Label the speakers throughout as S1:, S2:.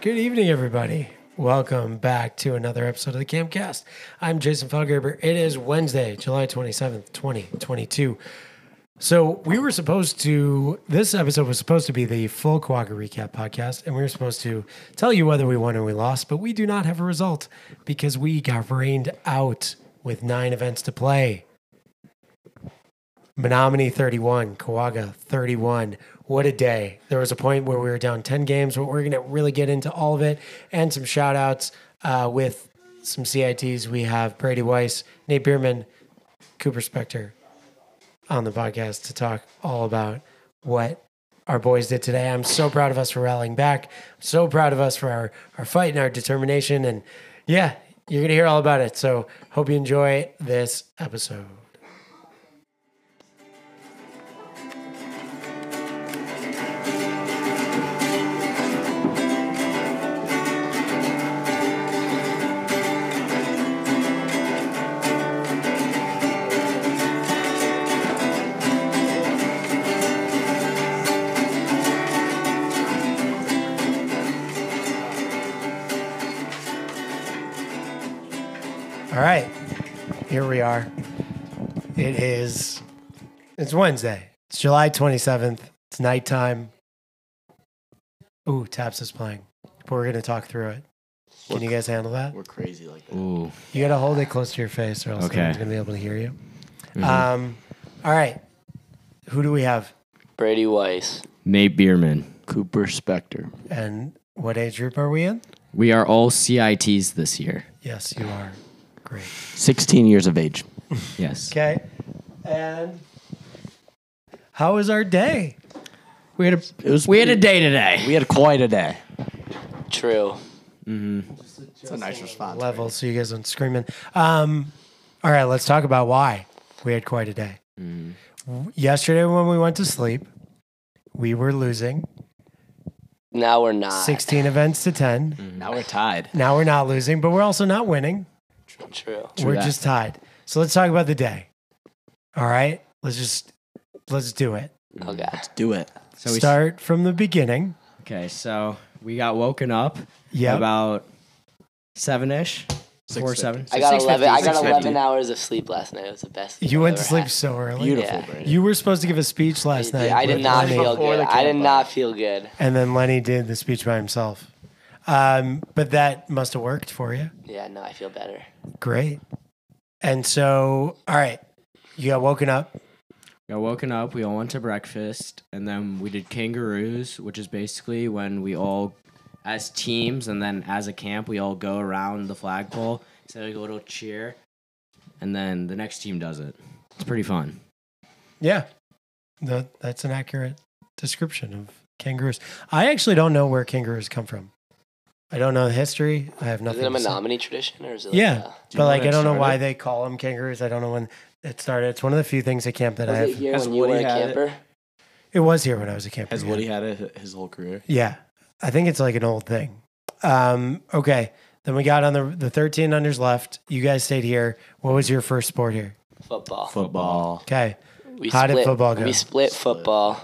S1: Good evening, everybody. Welcome back to another episode of the Camcast. I'm Jason Felgraber. It is Wednesday, July 27th, 2022. So, we were supposed to, this episode was supposed to be the full Quagga Recap podcast, and we were supposed to tell you whether we won or we lost, but we do not have a result because we got rained out with nine events to play. Menominee 31, Kawaga 31. What a day. There was a point where we were down 10 games, but we're going to really get into all of it and some shout outs uh, with some CITs. We have Brady Weiss, Nate Bierman, Cooper Spector on the podcast to talk all about what our boys did today. I'm so proud of us for rallying back. I'm so proud of us for our, our fight and our determination. And yeah, you're going to hear all about it. So hope you enjoy this episode. All right, here we are. It is. It's Wednesday. It's July twenty seventh. It's nighttime. Ooh, Taps is playing, but we're gonna talk through it. Can you guys handle that?
S2: We're crazy like that.
S3: Ooh.
S1: You gotta hold it close to your face, or else
S3: Okay.
S1: no one's gonna be able to hear you. Um, all right. Who do we have,
S2: Brady Weiss,
S3: Nate Bierman.
S2: Cooper Spector.
S1: and what age group are we in?
S3: We are all CITs this year.
S1: Yes, you are. Great.
S2: 16 years of age.
S3: Yes.
S1: Okay. And how was our day?
S3: We had a
S2: It was
S3: we had a day today.
S2: We had quite a day.
S4: True.
S3: Mm-hmm.
S2: It's a nice response.
S1: level so you guys aren't screaming. Um, all right, let's talk about why we had quite a day.
S4: Mm.
S1: W- Yesterday, when we went to sleep, we were losing
S4: Now we're not.
S1: 16 events to 10.
S4: Mm.
S3: Now we're tied.
S1: Now we're not losing, but we're also not winning.
S4: True.
S1: we're
S3: that.
S1: just tied. So let's talk about the day. All right, let's just let's do it.
S4: Okay.
S2: Do it.
S3: So we
S1: Start from the beginning.
S3: Okay, so we got woken up
S1: Yeah,
S3: about seven ish. Four seven.
S4: I got
S3: 6:50,
S4: 11. I got
S3: 6:50.
S4: 11 hours of sleep last night. It was the best.
S1: you
S4: I've
S1: went to
S4: ever
S1: sleep
S4: had.
S1: so early.
S2: Beautiful,
S4: Yeah.
S2: Brady.
S1: You were supposed to give a speech last night.
S4: Yeah, I did
S1: with
S4: not
S1: Lenny.
S4: feel
S2: Before
S4: good.
S2: the
S4: I did
S2: campfire.
S4: not feel good.
S1: And then Lenny did the speech by himself. Um, but that must have worked for you.
S4: Yeah, no, I feel better.
S1: Great. And so, all right, you got woken up.
S3: Got woken up. We all went to breakfast, and then we did kangaroos, which is basically when we all, as teams, and then as a camp, we all go around the flagpole, say like a little cheer, and then the next team does it. It's pretty fun.
S1: Yeah. No, that's an accurate description of kangaroos. I actually don't know where kangaroos come from. I don't know the history. I have
S4: Is
S1: nothing.
S4: it a
S1: to say.
S4: Menominee tradition or is it? Like
S1: Yeah.
S4: a-
S1: But like, I
S3: when it
S1: don't know why
S3: started?
S1: they call them kangaroos. I don't know when it started. It's one of the few things at camp that I
S4: was it
S1: have.
S4: here
S3: Has
S4: when you were
S3: Woody
S4: a
S3: had it?
S4: camper?
S1: It was here when I was a camper.
S2: Has
S1: yeah.
S2: Woody had it his whole career?
S1: Yeah. I think it's like an old thing. Um, okay. Then we got on the the 13 unders left. You guys stayed here. What was your first sport here?
S4: Football.
S2: Football.
S1: Okay.
S4: We
S1: How did
S4: split,
S1: football go?
S4: We split football.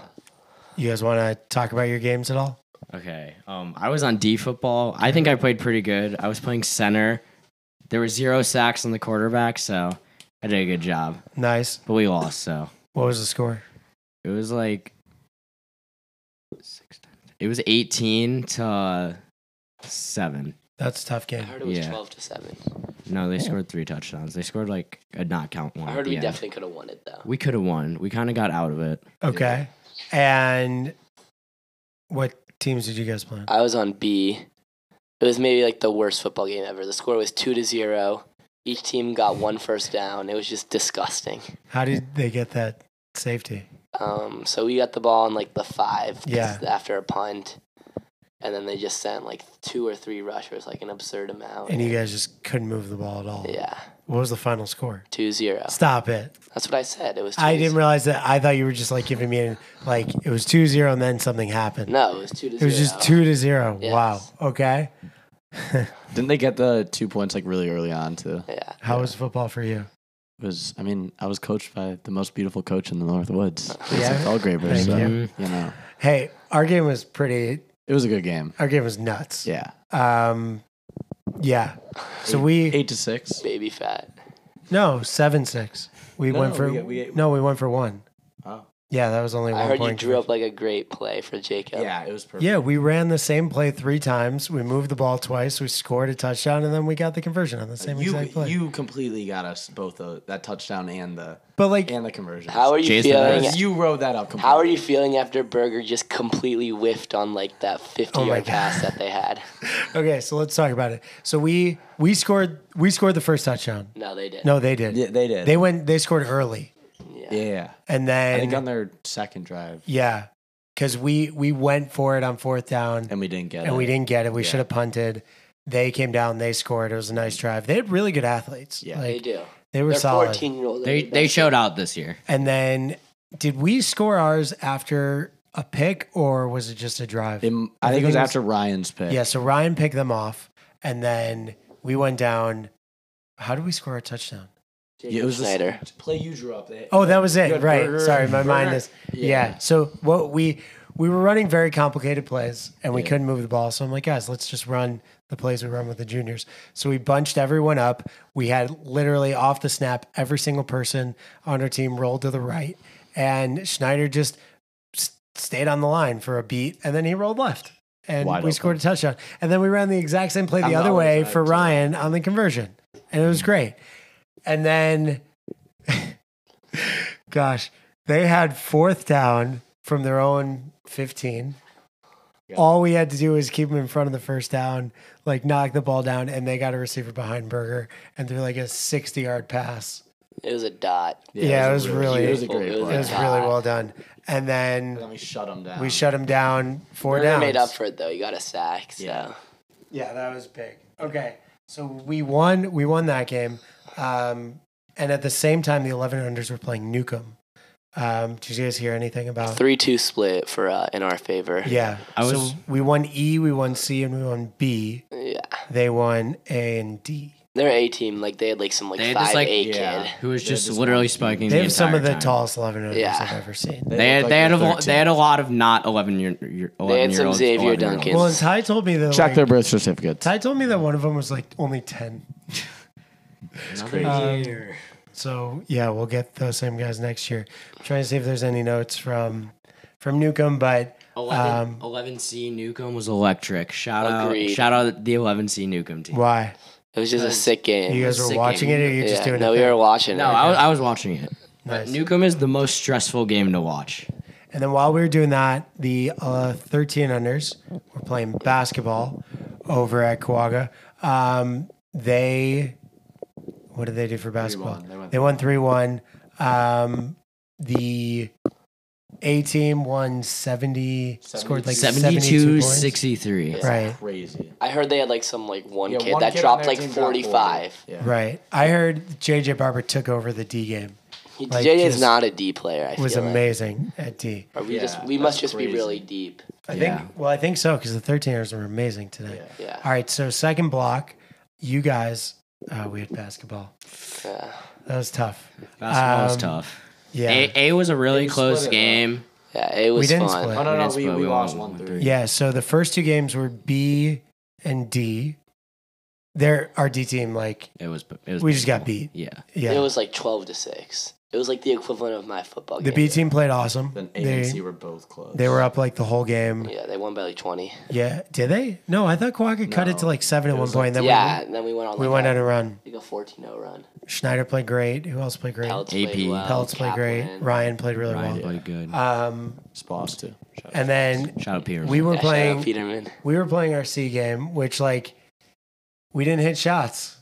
S1: You guys want to talk about your games at all?
S3: Okay. Um, I was on D football. I think I played pretty good. I was playing center. There were zero sacks on the quarterback, so I did a good job.
S1: Nice.
S3: But we lost, so
S1: What was the score?
S3: it was like six. It was eighteen to seven.
S1: That's a tough
S4: I
S1: game.
S4: heard it was
S3: Yeah.
S4: 12 to 7.
S3: No, they scored three touchdowns. They scored like a not count one.
S4: I
S3: at
S4: heard
S3: the
S4: we
S3: end.
S4: definitely could have won it though.
S3: we could have won. We kind of got out of it.
S1: Okay. And what teams did you guys play? on?
S4: I was on B. It was maybe like the worst football game ever. The score was 2 to 0. Each team got one first down. It was just disgusting.
S1: How did they get that safety?
S4: Um, so we got the ball in like the five
S1: Yeah.
S4: after a punt, and then they just sent like two or three rushers, like an absurd amount.
S1: And you guys just couldn't move the ball at all.
S4: yeah, Oh.
S1: What was the final score?
S4: 2-0.
S1: Stop it.
S4: That's what I said. It was. 2
S1: I didn't realize that. I thought you were just like giving me an, like it was 2 0 and then something happened.
S4: No, it was two to
S1: It was just two to zero.
S4: Yes.
S1: Wow. Okay.
S2: Didn't they get the two points like really early on too?
S4: Yeah,
S1: How was football for you?
S2: It was I mean, I was coached by the most beautiful coach in the North Woods.
S1: Yeah.
S2: All Graber,
S1: Thank
S2: so
S1: you.
S2: you know.
S1: Hey, our game was pretty
S2: It was a good game.
S1: Our game was nuts.
S2: Yeah,
S1: Um, yeah. So we
S2: eight to six.
S4: Baby fat.
S1: no seven six. We
S2: No,
S1: went
S2: no,
S1: for
S2: we- we-
S1: no. We went for one.
S2: Oh.
S1: Yeah, that was only
S4: I
S1: one
S4: heard you
S1: point.
S4: drew up like a great play for Jacob.
S2: Yeah, it was perfect.
S1: yeah, we ran the same play three times. We moved the ball twice. We scored a touchdown, and then we got the conversion on the same
S2: you
S1: exact play.
S2: you completely got us both the, that touchdown and the
S1: but like,
S2: and the conversion.
S4: How are you
S3: Jason
S4: feeling?
S2: Because you rode that up completely.
S4: How are you feeling after Berger just completely whiffed on like that 50
S1: Oh my
S4: yard pass that they had?
S1: okay, so let's talk about it. So we we scored we scored the first touchdown.
S4: No, they didn't.
S1: No, they did.
S2: Yeah, they did.
S1: They went. They scored early,
S2: yeah,
S1: and
S2: I
S1: then
S2: think on their second drive,
S1: yeah, because we we went for it on fourth down.
S2: and we didn't get it.
S1: and we didn't get it. We
S2: Yeah.
S1: should have punted. They came down. They scored. It was a nice drive. They had really good athletes.
S2: Yeah.
S1: like,
S4: they do.
S1: They were
S4: They're
S1: solid.
S4: 14 year old.
S3: They they showed out this year.
S1: And then, did we score ours after a pick or was it just a drive?
S2: It- I think it was
S1: Everything was-
S2: after Ryan's pick.
S1: yeah. So Ryan picked them off, and then we went down. How did we score a touchdown?
S2: Yeah, it was the
S4: Snyder.
S2: play you drew up. They-
S1: Oh, that was
S2: You
S1: it.
S2: had
S1: Right.
S2: Berger
S1: Sorry,
S2: and
S1: my mind
S2: Berger.
S1: is. Yeah. So what we we were running very complicated plays and we
S2: Yeah.
S1: couldn't move the ball. So I'm like, guys, let's just run the plays we run with the juniors. So we bunched everyone up. We had literally off the snap every single person on our team rolled to the right, and Schneider just s- stayed on the line for a beat, and then he rolled left. And
S2: Wide
S1: we scored a touchdown. And then we ran the exact same play the
S2: I'm
S1: other
S2: always
S1: way
S2: right,
S1: for
S2: too.
S1: Ryan on the conversion. And it was great. And then gosh, they had fourth down from their own 15.
S2: Yeah.
S1: All we had to do was keep them in front of the first down, like knock the ball down, and they got a receiver behind Berger and threw like a 60 yard pass.
S4: It was a dot.
S1: Yeah, it
S2: was
S1: was
S2: a
S1: really-
S2: it was a
S4: It
S2: great
S4: was
S2: play.
S1: It was
S4: Yeah.
S1: really well done. And
S2: And then
S1: then
S2: we shut them down.
S1: we shut them down four
S4: Berger
S1: down.
S4: made up for it though. You got a sack. So.
S2: Yeah.
S1: Yeah, that was big. Okay, so we won. We won that game, um, and at the same time, the eleven unders were playing Newcomb. Um, did you guys hear anything about?
S4: 3 2 split for uh, in our favor.
S1: Yeah,
S3: I was-
S1: so we won E, we won C, and we won B.
S4: Yeah.
S1: They won A and D.
S4: Their A team, like they had like some like
S3: They had this,
S4: 5
S3: like-
S4: 8
S2: Yeah.
S4: kid.
S3: Who was
S2: They're
S3: just
S2: just
S3: literally spiking
S1: They
S3: the
S1: have some of
S3: entire
S1: the
S3: time.
S1: tallest eleven underers
S4: Yeah
S1: I've ever seen.
S3: They had,
S2: looked
S3: they,
S2: like
S3: had a,
S2: they're
S3: lo- they
S2: 13.
S3: had a lot of not 11 year, year 11 year
S4: some
S3: olds,
S4: Xavier
S3: 11 -year-olds.
S4: Duncans.
S1: Well, and Ty told me that
S2: check
S1: like,
S2: their birth certificates.
S1: Ty told me that one of them was like only ten. Um,
S2: It's crazy.
S1: So yeah, we'll get those same guys next year. I'm trying to see if there's any notes from from Newcomb, but um,
S3: 11, 11C Newcomb was electric. Shout
S4: Agreed.
S3: out shout out the 11C Newcomb team.
S1: why?
S4: It was just a sick game.
S1: You guys were
S3: sick
S1: watching
S3: game.
S1: it, or you just
S4: Yeah.
S1: doing
S4: no,
S1: it?
S4: we were watching.
S3: No,
S4: it.
S3: I was, I was watching it.
S1: Nice.
S3: Newcomb is the most stressful game to watch.
S1: And then while we were doing that, the uh, 13 unders were playing basketball over at Kawaga. Um, they, what did they do for basketball?
S2: 3-1. They went
S1: They won 3 1. Um, the A team won 70, scored like 72,
S3: 72
S1: points.
S3: 63.
S1: Right,
S2: Crazy.
S4: I heard they had like some like one
S2: Yeah,
S4: kid
S2: one
S4: that
S2: kid on
S4: dropped
S2: their
S4: like
S2: team dropped
S4: 45.
S2: 40. Yeah.
S1: right. I heard JJ Barber took over the D game.
S4: He-
S1: Like,
S4: JJ's
S1: just-
S4: not a D player. I
S1: It was
S4: feel like.
S1: amazing at D.
S4: Or we just
S2: Yeah,
S4: we must
S2: that's
S4: just be
S2: crazy.
S4: really deep.
S1: I
S3: Yeah.
S1: think, well, I think so because the 13ers were amazing today.
S2: Yeah.
S4: Yeah.
S1: All right, so second block, you guys, uh, we had basketball.
S4: yeah.
S1: That was tough.
S3: Basketball was
S1: Um,
S3: tough.
S1: Yeah.
S3: A, A was a really
S2: We split
S3: close
S2: it, though.
S3: game.
S4: Yeah, it was
S1: we didn't
S4: fun.
S1: split.
S2: Oh no, no,
S3: Yes,
S2: we,
S3: but
S2: we,
S3: we
S2: lost
S3: won
S2: one
S3: one
S2: three.
S1: yeah, so the first two games were B and D. They're our D team, like
S3: It was it was
S1: we just got beat.
S3: painful. Yeah.
S1: Yeah.
S4: It was like twelve to six. It was like the equivalent of my football
S1: the B
S4: game.
S1: team played awesome.
S2: Then A and C
S1: They,
S2: were both close.
S1: they were up like the whole game.
S4: Yeah, they won by like twenty.
S1: Yeah. Did they? No, I thought Kawaka cut it to
S2: No.
S1: like seven at
S2: It
S1: one
S2: was,
S1: point. and then
S4: yeah, and then we went on. Like
S1: we, we went
S4: a,
S1: on a run.
S4: like a 14-0 run.
S1: Schneider played great. Who else played great?
S4: Pelts
S3: AP.
S4: played
S2: uh,
S4: well.
S1: Pelts played great.
S4: Kaplan.
S1: Ryan played really
S3: Ryan
S1: well.
S3: played good.
S1: Um,
S2: Sposs too. Shout out.
S1: and then
S3: Shout out Peter.
S1: we were
S4: Yeah, shout out
S1: playing
S4: Peterman.
S1: we were playing our C game, which like we didn't hit shots.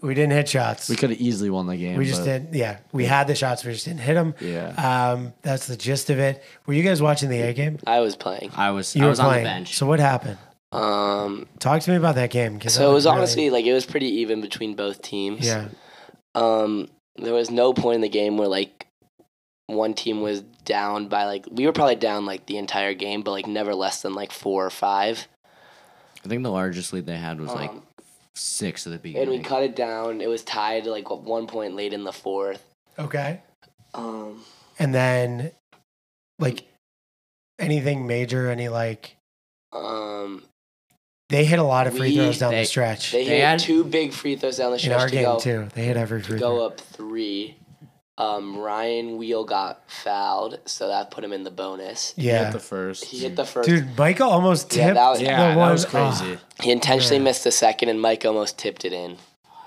S1: We didn't hit shots.
S2: we could have easily won the game.
S1: We just
S2: but-
S1: didn't. Yeah, we had the shots. We just didn't hit them.
S2: Yeah.
S1: Um, that's the gist of it. Were you guys watching the A game?
S4: I was playing.
S3: I was
S1: You
S3: I
S1: were
S3: was on the
S1: playing.
S3: bench.
S1: So what happened?
S4: Um,
S1: Talk to me about that game. 'cause
S4: so
S1: I
S4: it was
S1: really-
S4: honestly like it was pretty even between both teams.
S1: yeah,
S4: um, there was no point in the game where like one team was down by like we were probably down like the entire game, but like never less than like four or five.
S3: I think the largest lead they had was like
S4: Um,
S3: six at the beginning.
S4: and we cut it down. It was tied like at one point late in the fourth.
S1: okay.
S4: Um,
S1: And then, like, anything major? Any like
S4: Um,
S1: They hit a lot of free
S4: We-
S1: throws down
S3: they-
S1: the stretch.
S4: they,
S3: They
S4: hit
S3: had-
S4: two big free throws down the
S1: in
S4: stretch
S1: our
S4: to
S1: game
S4: go,
S1: too. They hit every
S4: to
S1: free
S4: go
S1: throw.
S4: up three. Um, Ryan Wheel got fouled, so that put him in the bonus.
S2: He
S1: Yeah.
S2: hit the first.
S4: He hit the first.
S1: Dude, Michael almost tipped
S4: Yeah, that was-
S1: the
S2: yeah, that
S1: one.
S2: was
S1: oh,
S2: crazy.
S4: He intentionally
S1: Yeah.
S4: missed the second, and Mike almost tipped it in.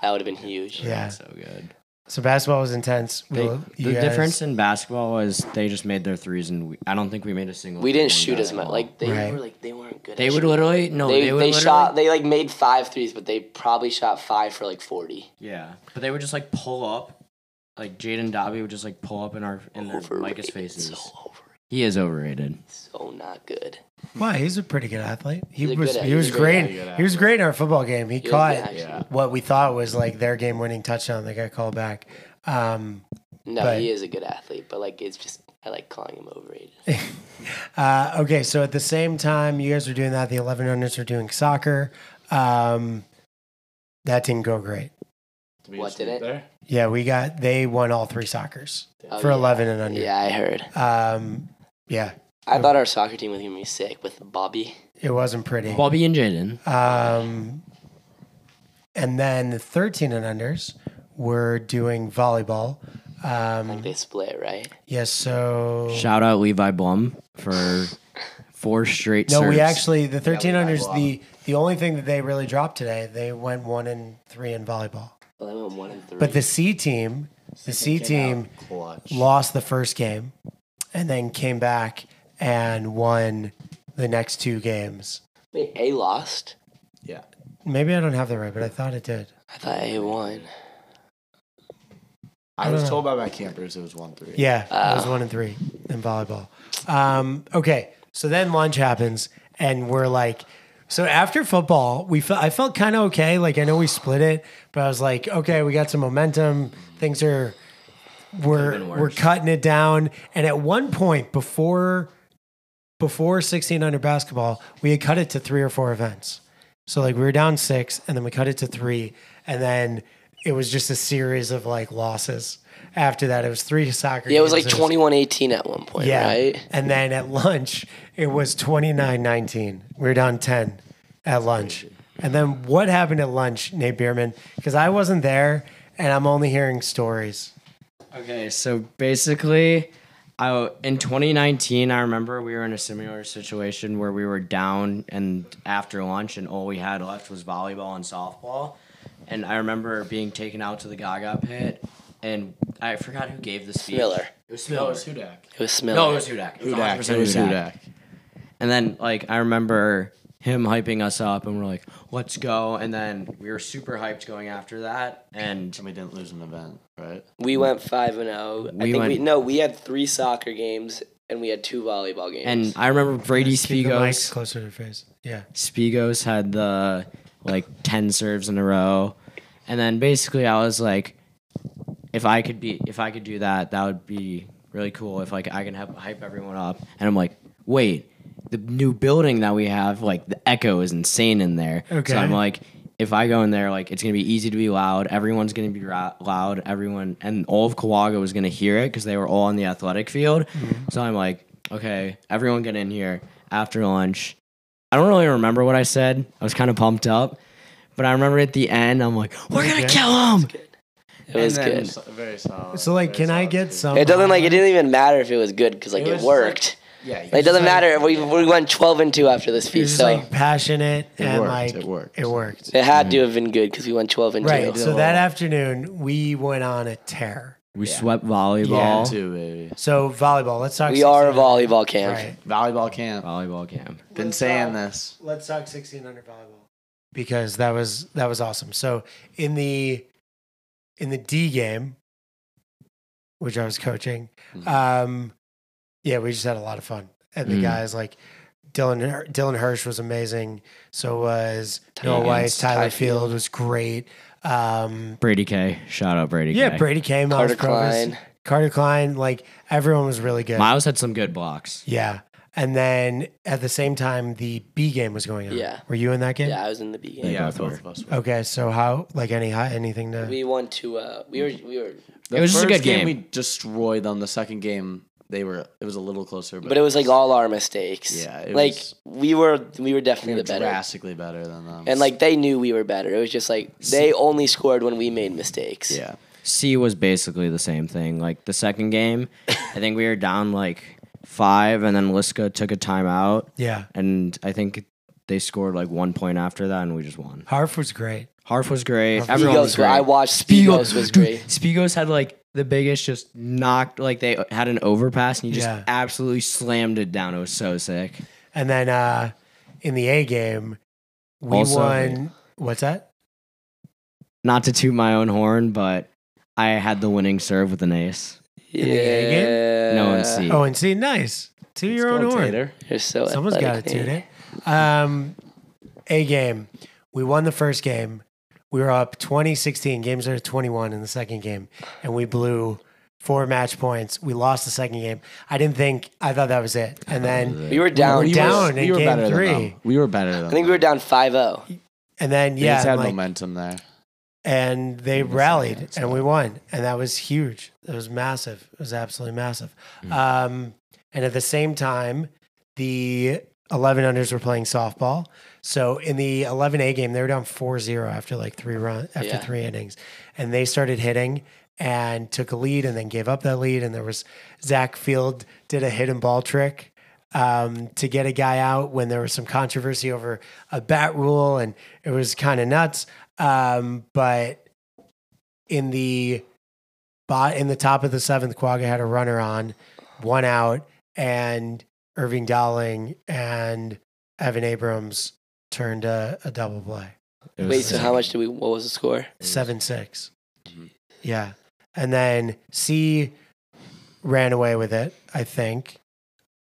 S4: That would have been huge.
S1: Yeah.
S3: so good.
S1: so basketball was intense.
S3: They,
S1: Well, you
S3: the
S1: guys-
S3: difference in basketball was they just made their threes, and we, I don't think we made a single.
S4: We didn't
S3: three in
S4: shoot as much.
S3: basketball.
S4: Like they
S1: Right.
S4: were like they weren't good.
S3: they
S4: at
S3: would
S4: shooting.
S3: literally no,
S4: They
S3: they,
S4: they,
S3: would literally-
S4: shot. They like made five threes, but they probably shot five for like forty.
S3: yeah, but they would just like pull up, like Jaden Dobby would just like pull up in our in their Micah's
S4: Overrated.
S3: faces.
S4: So overrated.
S3: He is overrated.
S4: So not good.
S1: Wow, he's a pretty good athlete. He
S4: He's a
S1: was
S4: good-
S1: he
S4: he's
S1: was
S4: a good
S1: great.
S2: athlete.
S1: He was great in our football game. He
S4: He was
S1: caught
S4: good, actually.
S2: Yeah.
S1: what we thought was like their game winning touchdown. They got called back. Um,
S4: No,
S1: But-
S4: he is a good athlete, but like it's just I like calling him overrated.
S1: uh, okay, so at the same time you guys were doing that, the 1100s were doing soccer. Um, that didn't go great.
S2: Did we
S4: What
S2: just
S4: did
S2: leave
S4: it?
S2: There?
S1: Yeah, we got they won all three soccers
S4: Oh,
S1: for
S4: yeah.
S1: 11 and under.
S4: Yeah, I heard.
S1: Um, yeah,
S4: I thought our soccer team was gonna be sick with Bobby.
S1: it wasn't pretty.
S3: Bobby and Jaden.
S1: Um, and then the 13 and unders were doing volleyball.
S3: Mm-hmm.
S1: Um,
S4: They split, right?
S1: yes, so.
S3: Shout out Levi Blum for four straight.
S1: No, we
S3: serves.
S1: actually, the 13
S4: Yeah, we
S1: unders,
S4: volleyball.
S1: the, the only thing that they really dropped today, they went one and three in volleyball.
S4: Well, they went one and three.
S1: But the C team, the C team
S2: Clutch.
S1: lost the first game and then came back and won the next two games.
S4: Wait, A lost.
S2: Yeah.
S1: Maybe I don't have that right, but I thought it did.
S4: I thought A won.
S2: I was told by my campers it was one three.
S1: Yeah, it was one and three in volleyball. Um, okay, so then lunch happens, and we're like, so after football, we felt I felt kind of okay. Like I know we split it, but I was like, okay, we got some momentum. Things are we're
S3: been worse.
S1: we're cutting it down. And at one point before before sixteen under basketball, we had cut it to three or four events. So like we were down six, and then we cut it to three, and then it was just a series of like losses. After that, it was three soccer.
S4: Yeah, it was
S1: games.
S4: like 21-18 at one point,
S1: yeah.
S4: right?
S1: And then at lunch, it was 29-19. We were down ten at lunch. And then what happened at lunch, Nate Bierman? Because I wasn't there, and I'm only hearing stories.
S3: Okay, so basically, I in 2019, I remember we were in a similar situation where we were down and after lunch, and all we had left was volleyball and softball. And I remember being taken out to the Gaga pit, and I forgot who gave the speech.
S4: Miller.
S3: It was
S2: No, it
S3: Miller.
S2: was Hudak.
S4: It was Smiller.
S3: No, it was Hudak. It was 100%
S2: It was Hudak.
S3: And then like I remember him hyping us up, and we're like, "Let's go!" And then we were super hyped going after that, and
S2: And we didn't lose an event, right?
S4: We went five and zero. I
S3: We
S4: think we
S3: went-
S4: no, we had three soccer games and we had two volleyball games.
S3: and I remember Brady
S1: Keep the mic
S3: Spigos.
S1: closer to your face. Yeah.
S3: Spigos had the like 10 serves in a row. And then basically I was like if I could be if I could do that, that would be really cool if like I can help hype everyone up. And I'm like, "Wait, the new building that we have, like the echo is insane in there."
S1: Okay.
S3: So I'm like if I go in there, like it's gonna be easy to be loud. Everyone's gonna be ra- loud. Everyone and all of Kawaga was gonna hear it because they were all on the athletic field. So I'm like, okay, everyone get in here after lunch. I don't really remember what I said. I was kind of pumped up, but I remember at the end, I'm like, "We're gonna kill him."
S4: it was
S3: and then-
S4: good.
S2: So- very solid.
S1: So like,
S2: very
S1: can I
S2: solid
S1: get
S2: speech.
S1: some?
S4: It doesn't like it didn't even matter if it was good because like
S2: It
S4: it,
S2: was just, like,
S4: worked.
S2: Yeah.
S4: Like, it doesn't matter. We we went twelve and two after this
S1: It
S4: feast,
S1: was
S4: so
S1: like passionate and
S2: worked,
S1: like
S2: it worked.
S1: It worked.
S4: it had to have been good because we went twelve and
S1: Right.
S4: two.
S1: So that afternoon, we went on a tear.
S3: We swept volleyball.
S2: Two, baby.
S1: So volleyball. Let's talk.
S4: we are a
S1: 1600.
S4: volleyball camp.
S1: Right.
S2: Volleyball camp.
S3: Volleyball camp.
S2: Been
S1: Let's,
S2: saying
S1: uh,
S2: this.
S1: Let's talk 1600 volleyball because that was that was awesome. So in the in the D game, which I was coaching,
S4: Mm-hmm.
S2: Mhm.
S1: um, yeah, we just had a lot of fun, and the
S3: Mm.
S1: guys like Dylan Hir- Dylan Hirsch was amazing. So was Noah
S4: Higgins,
S1: Weiss, Tyler
S4: Ty Field.
S1: Field was great. Um,
S3: Brady K. Shout out Brady
S1: yeah,
S3: K.
S1: Brady came. Miles
S4: Carter
S1: Provis,
S4: Klein.
S1: Carter Klein. Like everyone was really good.
S3: Miles had some good blocks.
S1: Yeah. And then at the same time, the B game was going on.
S4: Yeah.
S1: Were you in that game?
S4: Yeah, I was in the beginning.
S2: Yeah,
S3: both
S2: both
S3: were.
S2: of us. Were.
S1: Okay. So how, like any, hi- anything to,
S4: We won two. Uh, we were we were
S2: The
S3: It was just a
S2: first
S3: good game.
S2: We destroyed them. The second game, they were. It was a little closer, but,
S4: But it was like all our mistakes.
S2: Yeah, it
S4: like
S2: was-
S4: we were we were
S2: we
S4: definitely
S2: were
S4: the better.
S2: drastically better than them.
S4: And like they knew we were better. It was just like they only scored when we made mistakes.
S2: yeah,
S3: C was basically the same thing. Like the second game, I think we were down like five, and then Liska took a timeout,
S1: Yeah.
S3: and I think they scored like one point after that, and we just won.
S1: Harf was great.
S3: Harf was great. Everyone was
S4: Spigos,
S3: great.
S4: I watched Spigos was
S3: dude,
S4: great.
S3: Spigos had like the biggest, just knocked like they had an overpass, and he just
S1: Yeah.
S3: absolutely slammed it down. It was so sick.
S1: And then uh, in the A game, we
S3: Also-
S1: won. What's that?
S3: Not to toot my own horn, but I had the winning serve with an ace.
S1: In the A game?
S3: No one see.
S1: Oh, and see, nice. To your own horn.
S4: You're so
S1: Someone's got to
S4: athletic,
S1: tune
S4: man.
S1: it. Um, a game. We won the first game. We were up 20 16. Games are 21 in the second game. And we blew four match points. We lost the second game. I didn't think, I thought that was it. And then,
S4: We were down.
S1: We were down. in game
S2: better
S1: three.
S2: Than them. We were better than
S4: I think we were down oh. 5-0.
S1: and then,
S2: They
S1: yeah.
S2: just had
S1: like-
S2: momentum there.
S1: and they
S2: Maybe
S1: rallied
S2: that's
S1: and we won and that was huge it was massive it was absolutely massive um, and at the same time the 11 unders were playing softball so in the 11a game they were down 4-0 after like three run after
S4: Yeah.
S1: three innings and they started hitting and took a lead and then gave up that lead and there was zach field did a hit and ball trick um, to get a guy out when there was some controversy over a bat rule and it was kind of nuts. Um, but in the bot in the top of the seventh, Quagga had a runner on, one out, and Irving Dowling and Evan Abrams turned a, a double play,
S3: It was
S4: Wait, so
S3: sick.
S4: how much did we what was the score?
S1: seven six.
S4: Mm-hmm.
S2: Mhm.
S1: Yeah, and then C ran away with it, I think,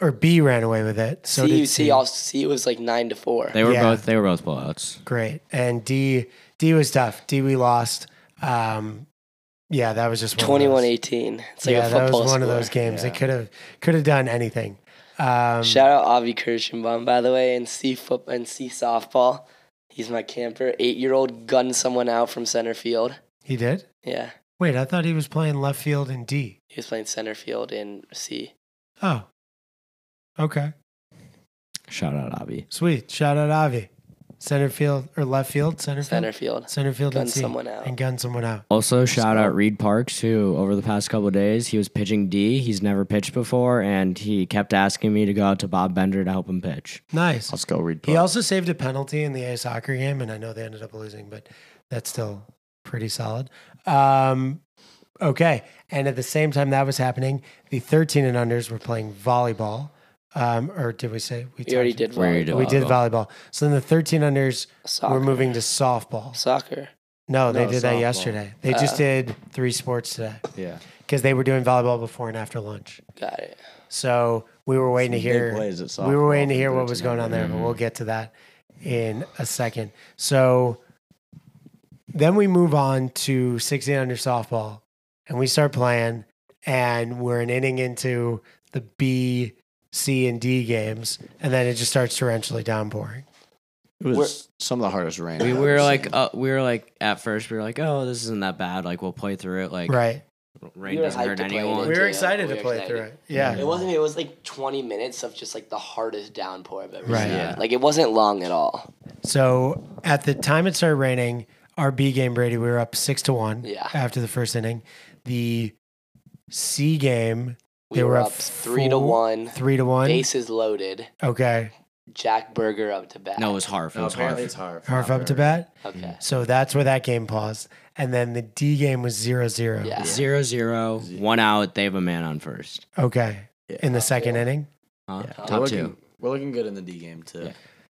S1: or B ran away with it. So
S4: C,
S1: did
S4: C
S1: C.
S4: also C was like 9 to 4.
S3: They were
S1: Yeah.
S3: both. They were both blowouts.
S1: Great. And D D was tough. D we lost. Um, yeah, that was just one of those-
S4: 21-18. It's like
S1: yeah,
S4: a football
S1: that was one
S4: score.
S1: of those games. They
S2: Yeah.
S1: could have could have done anything. Um,
S4: Shout out Avi Kirschenbaum, by the way, and C foot and C softball. He's my camper. Eight year old gunned someone out from center field.
S1: He did.
S4: Yeah.
S1: Wait, I thought he was playing left field in D.
S4: He was playing center field in C.
S1: Oh, okay,
S3: Shout out Abby.
S1: sweet. Shout out Avi, center field or left field, center field,
S4: Center field.
S1: center field,
S4: Gun
S1: and C,
S4: someone out.
S1: and gun someone out.
S3: Also, shout out Reed Parks, who over the past couple of days he was pitching D. He's never pitched before, and he kept asking me to go out to Bob Bender to help him pitch.
S1: Nice.
S2: Let's go read.
S1: He also saved a penalty in the A soccer game, and I know they ended up losing, but that's still pretty solid. Um, okay. And at the same time that was happening, the 13 and unders were playing volleyball. Um, or did we say
S4: We already
S1: talked-
S4: did
S3: We already
S4: volleyball.
S1: We did volleyball. So then the 13 unders
S4: Soccer.
S1: were moving to softball.
S4: Soccer.
S1: No, they
S2: No,
S1: did that
S2: softball.
S1: yesterday. They just
S4: Uh.
S1: did three sports today
S2: yeah.
S1: because they were doing volleyball before and after lunch.
S4: Got it.
S1: So we were waiting to
S2: Some big
S1: hear.
S2: plays at
S1: we were
S2: softball
S1: waiting to
S2: from
S1: hear what
S2: 13
S1: was going on there, but
S3: Mhm.
S4: Mm-hmm.
S1: we'll get to that in a second. So then we move on to 16 under softball, and we start playing, and we're an inning into the B, C, and D games, and then it just starts torrentially downpouring.
S4: Mm-hmm.
S2: It was some of the hardest rain.
S3: We
S2: I've
S3: were
S2: ever
S3: like,
S2: seen.
S3: uh, we were like, at first we were like, oh, this isn't that bad. Like we'll play through it. Like
S1: right.
S3: rain
S4: We were
S3: doesn't
S4: hyped
S3: hurt
S4: to play
S3: anyone.
S4: it. We were-
S1: excited
S4: we
S1: to
S4: were
S1: play
S4: excited.
S1: through it. Yeah.
S4: It wasn't. It was like 20 minutes of just like the hardest downpour I've ever
S1: Right.
S4: seen.
S3: Yeah.
S4: Like it wasn't long at all.
S1: So at the time it started raining, our B game, Brady, we were up six to one
S4: Yeah.
S1: after the first inning. The C game,
S4: We
S1: They
S4: were,
S1: were up
S4: up three to
S1: four-
S4: one.
S1: three to one.
S4: Bases loaded.
S1: Okay.
S4: Jack Berger up to bat.
S3: No, it was Mm. Harf. It was Harf.
S2: hard.
S1: Harf up to bat.
S4: okay.
S1: So that's where that game paused. And then the D game was zero zero.
S4: Yeah.
S3: Zero zero, one out. They have a man on first.
S1: Okay.
S2: Yeah.
S1: In the second inning.
S3: Huh?
S2: Yeah.
S3: Top
S2: we're
S3: two.
S2: looking, We're looking good in the D game too.
S3: Yeah.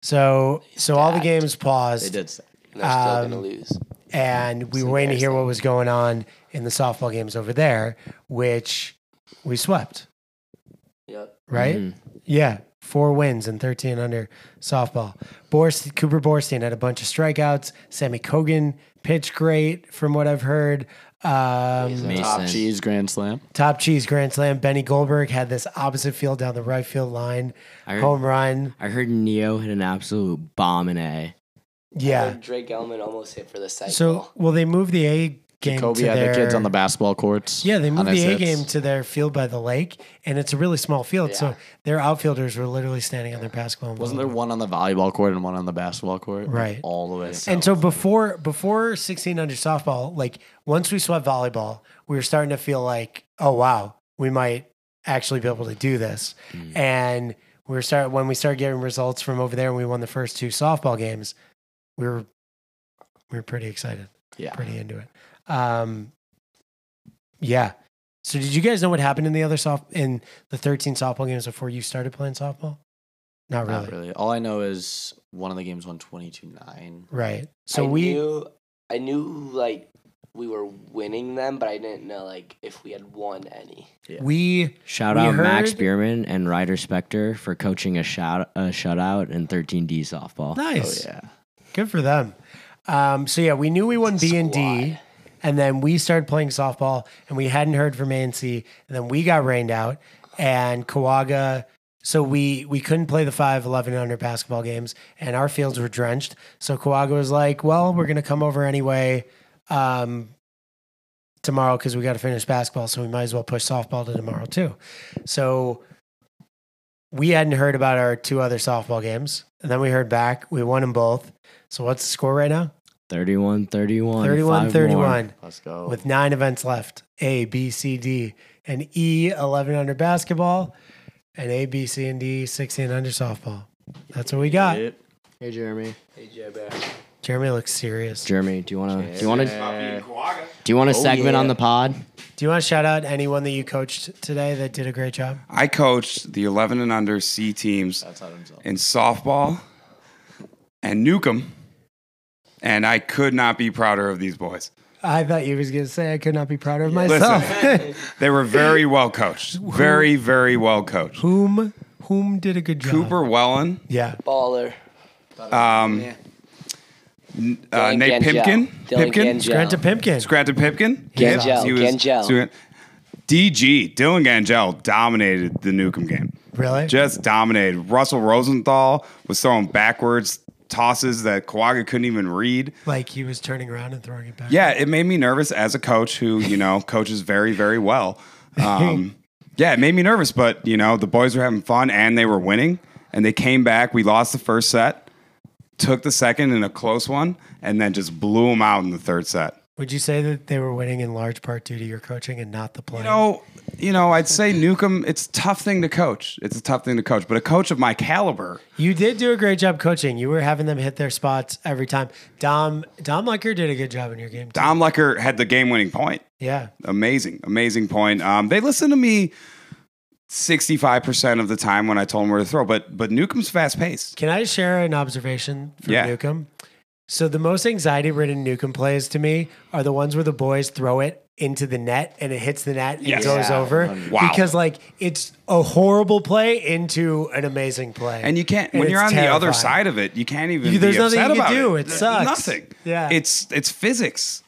S1: So so all the
S4: Stacked.
S1: games paused.
S2: They did. say-
S4: And they're still
S1: Um,
S4: gonna lose.
S1: and we
S4: It's
S1: were waiting to hear
S4: embarrassing.
S1: what was going on in the softball games over there, which we swept,
S4: Yep.
S1: right?
S3: Mhm.
S2: Mm-hmm.
S1: Yeah, four wins and 13 under softball. Borst, Cooper Borstein had a bunch of strikeouts. Sammy Kogan pitched great, from what I've heard. Um,
S3: Amazing.
S2: Top
S3: Mason.
S2: cheese grand slam.
S1: top cheese grand slam. Benny Goldberg had this opposite field down the right field line,
S3: I heard-
S1: home run.
S3: I heard Neo hit an absolute bomb in A.
S1: Yeah.
S4: Drake Elman almost hit for the cycle.
S1: So, well, they moved the A game
S2: Kobe
S1: to
S2: had
S1: their
S2: the kids on the basketball courts.
S1: yeah, they
S2: on
S1: moved
S2: his
S1: the A
S2: hits.
S1: game to their field by the lake, and it's a really small field.
S4: Yeah.
S1: So their outfielders were literally standing on their basketball. and
S2: Wasn't there
S1: volleyball.
S2: one on the volleyball court and one on the basketball court?
S1: Right.
S2: All the way.
S1: And so before before sixteen under softball, like once we swept volleyball, we were starting to feel like, oh wow, we might actually be able to do this. And we were start when we started getting results from over there, and we won the first two softball games. We were we were pretty excited,
S2: yeah.
S1: pretty into it. Um, yeah. So did you guys know what happened in the other soft in the thirteen softball games before you started playing softball? Not really,
S2: Not really. All I know is one of the games won 22 9.
S1: right? So
S4: I
S1: we
S4: knew, I knew like we were winning them, but I didn't know like if we had won any.
S2: Yeah.
S1: we
S3: Shout
S1: We
S3: out Max
S1: heard-
S3: Bierman and Ryder Spector for coaching a shout a shutout in 13D softball.
S2: Oh,
S1: nice.
S2: yeah.
S1: Good for them. Um, so yeah, we knew we won B and D,
S4: Squad.
S1: and then we started playing softball, and we hadn't heard from ANC, and then we got rained out, and Kawaga. So we we couldn't play the five eleven under basketball games, and our fields were drenched. So Kawaga was like, "Well, we're gonna come over anyway." Um, tomorrow because we got to finish basketball so we might as well push softball to tomorrow too so we hadn't heard about our two other softball games and then we heard back we won them both so what's the score right now
S3: 31 31.
S1: 31 31
S2: Let's go.
S1: with nine events left a b c d and e 11 under basketball and a b c and d 16 under softball that's what we got
S2: Yep.
S3: Hey, Jeremy.
S4: Hey, Jay Bear.
S1: jeremy looks serious do
S3: Jeremy, do you want to do you want to
S2: Yeah.
S3: do you want a segment
S2: yeah.
S3: on the pod?
S1: you want to shout out anyone that you coached today that did a great job
S5: I coached the 11 and under C teams
S2: That's out himself.
S5: in softball and Newcomb, and I could not be prouder of these boys.
S1: i thought you was going to say i could not be prouder of myself
S5: Listen, they were very well coached, very, very well coached.
S1: Whom whom did a good job?
S5: Cooper Wellen,
S1: Yeah.
S4: Baller.
S5: um, uh,
S3: uh,
S4: Dylan
S5: Nate
S4: Gangel.
S5: Pipkin,
S4: Dylan
S5: Pipkin,
S4: Gangel.
S1: Grant to Pimpkin.
S5: Scranton Pipkin,
S4: Gangel,
S5: Yes,
S4: Gangel.
S5: doing- DG Dylan Gangel dominated the Newcomb game.
S1: Really?
S5: just dominated. Russell Rosenthal was throwing backwards tosses that Kawaga couldn't even read.
S1: like he was turning around and throwing it back.
S5: Yeah, it made me nervous as a coach who, you know, coaches very, very well. Um, yeah, it made me nervous, but, you know, the boys were having fun and they were winning. And they came back. We lost the first set, took the second in a close one, and then just blew them out in the third set.
S1: Would you say that they were winning in large part due to your coaching and not the play?
S5: You know, you know, I'd say Newcomb, it's a tough thing to coach. It's a tough thing to coach, but a coach of my caliber,
S1: You did do a great job coaching. You were having them hit their spots every time. Dom Dom Lecker did a good job in your game. Too.
S5: Dom Lecker had the game winning point.
S1: Yeah.
S5: amazing, amazing point. Um, they listen to me sixty-five percent of the time when I told them where to throw, but but Newcomb's fast paced.
S1: Can I share an observation from
S5: Yeah.
S1: Newcomb? So the most anxiety ridden Newcomb plays to me are the ones where the boys throw it into the net and it hits the net and
S5: Yes.
S1: goes
S4: Yeah.
S1: over.
S5: Wow.
S1: Because like it's a horrible play into an amazing play.
S5: And you can't when
S1: it's
S5: you're on the other
S1: terrifying.
S5: side of it, you can't even.
S1: You- there's
S5: be
S1: nothing
S5: upset
S1: you can
S5: about
S1: do. It
S5: There's
S1: sucks.
S5: Nothing.
S1: Yeah.
S5: It's it's physics,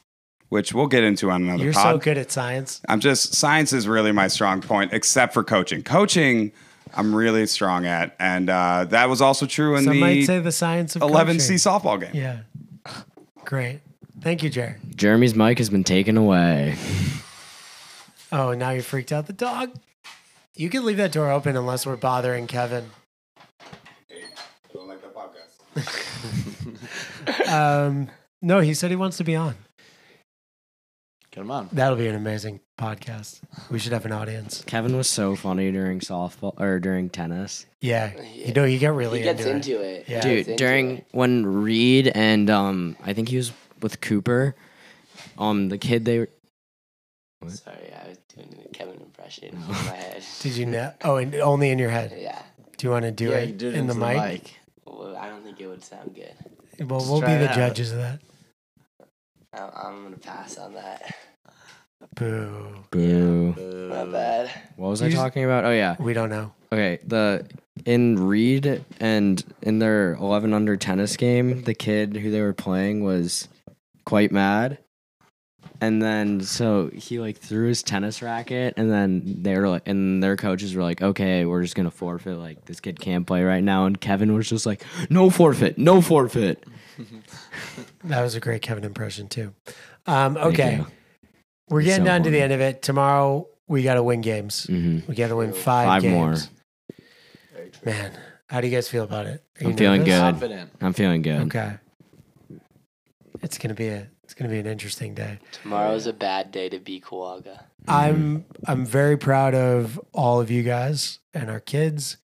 S5: which we'll get into on another
S1: You're
S5: pod.
S1: so good at science.
S5: I'm just science is really my strong point, except for coaching. Coaching, I'm really strong at, and uh, that was also true in
S1: Some might say
S5: the
S1: the science of
S5: 11
S1: coaching.
S5: C softball game.
S1: Yeah. Great. Thank you, Jared.
S3: Jeremy's mic has been taken away.
S1: Oh, now you freaked out the dog. You can leave that door open unless we're bothering Kevin. Um, no, he said he wants to be on.
S2: Get him on.
S1: That'll be an amazing podcast. We should have an audience.
S3: Kevin was so funny during softball or during tennis.
S1: Yeah. You know, you get really
S4: he gets
S1: into, it.
S4: into it.
S1: Yeah.
S4: He
S3: Dude,
S4: gets into
S3: during
S4: it.
S3: when Reed and um I think he was with Cooper, um the kid they were
S4: Sorry, I was doing a Kevin impression in my head.
S1: Did you know? Oh, and only in your head.
S4: Yeah.
S1: Do you want to do
S2: Yeah, you
S1: it
S2: did it
S1: in the
S2: into
S1: mic?
S4: Well, I don't think it would sound good.
S1: Well,
S2: Just
S1: we'll be
S2: try it
S1: the
S2: out.
S1: judges of that.
S4: I- I'm gonna pass on that.
S1: Boo.
S3: Boo.
S4: Not bad.
S3: What was
S1: You
S3: I
S1: just-
S3: talking about? Oh yeah.
S1: We don't know.
S3: Okay, the in Reed and in their 11 under tennis game, the kid who they were playing was quite mad. And then so he like threw his tennis racket and then they were like and their coaches were like, "Okay, we're just going to forfeit like this kid can't play right now." And Kevin was just like, "No forfeit, no forfeit."
S1: That was a great Kevin impression too. Um, okay,
S3: you.
S1: We're
S2: It's
S1: getting
S2: so
S1: down to the
S2: funny.
S1: end of it. Tomorrow we got to win games.
S3: Mm-hmm.
S1: We got to win five,
S3: Five more.
S1: games. Man, how do you guys feel about it? Are
S3: I'm
S1: you
S3: feeling
S1: nervous?
S2: Confident.
S3: I'm feeling good.
S1: Okay. It's gonna be a it's gonna be an interesting day.
S4: Tomorrow's a bad day to be Kawaga.
S3: Mm-hmm.
S1: I'm I'm very proud of all of you guys and our kids.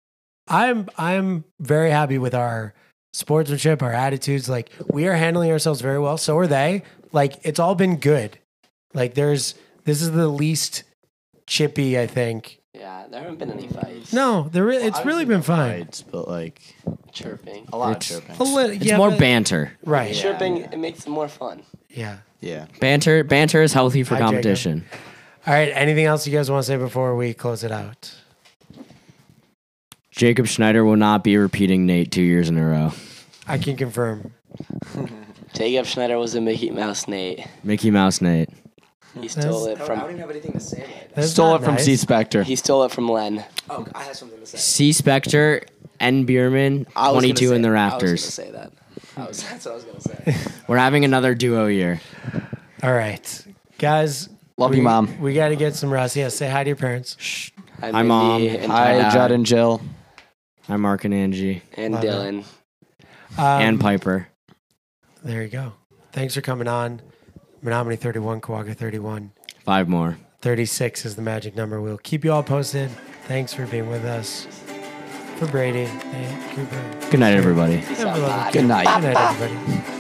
S1: I'm I'm very happy with our sportsmanship, our attitudes. Like we are handling ourselves very well. So are they. Like it's all been good. Like there's this is the least chippy I think.
S4: Yeah, there haven't been any fights.
S1: No, there re- it's
S2: Obviously
S1: really been
S2: not
S1: fine.
S2: fights, but like
S4: Chirping.
S2: a lot
S3: It's-
S2: of chirping.
S1: A little,
S3: It's
S1: yeah,
S3: more
S1: but-
S3: banter.
S1: right.
S2: Yeah.
S4: Chirping, it makes it more fun.
S1: Yeah.
S2: Yeah.
S3: Banter banter is healthy for
S1: Hi, Jacob.
S3: competition.
S1: All right. Anything else you guys want to say before we close it out?
S3: Jacob Schneider will not be repeating Nate two years in a row.
S1: I can confirm.
S4: Jacob Schneider was a Mickey Mouse Nate.
S3: Mickey Mouse Nate.
S4: He stole
S6: I
S4: it
S6: don't, I don't
S4: from
S6: even have anything to say about that.
S1: That's
S2: Stole
S1: not
S2: it from
S1: nice.
S2: C Spectre.
S4: he stole it from Len.
S6: Oh, I have something to say.
S3: C Spectre, N Bierman,
S6: I was gonna
S3: twenty two
S6: say-
S3: in the
S6: I was
S3: Raptors.
S6: gonna say that. I was, that's what I was gonna say.
S3: We're having another duo year.
S1: All right, guys.
S2: Love
S1: we-
S2: you, Mom.
S1: We got to get some rest. Yeah, say hi to your parents.
S4: Hi,
S3: Hi,
S4: Mindy
S3: Mom.
S4: And,
S2: Hi,
S3: Hi,
S2: Judd and Jill.
S3: Hi Mark and Angie.
S4: and
S1: Love
S4: Dylan.
S1: Um,
S3: and Piper.
S1: there you go. Thanks for coming on. Menominee 31, Kawaga 31.
S3: Five more.
S1: 36 is the magic number. We'll keep you all posted. Thanks for being with us. For Brady, Nate, Cooper.
S3: Good night, everybody.
S1: everyone.
S2: Good night.
S1: Good night, everybody.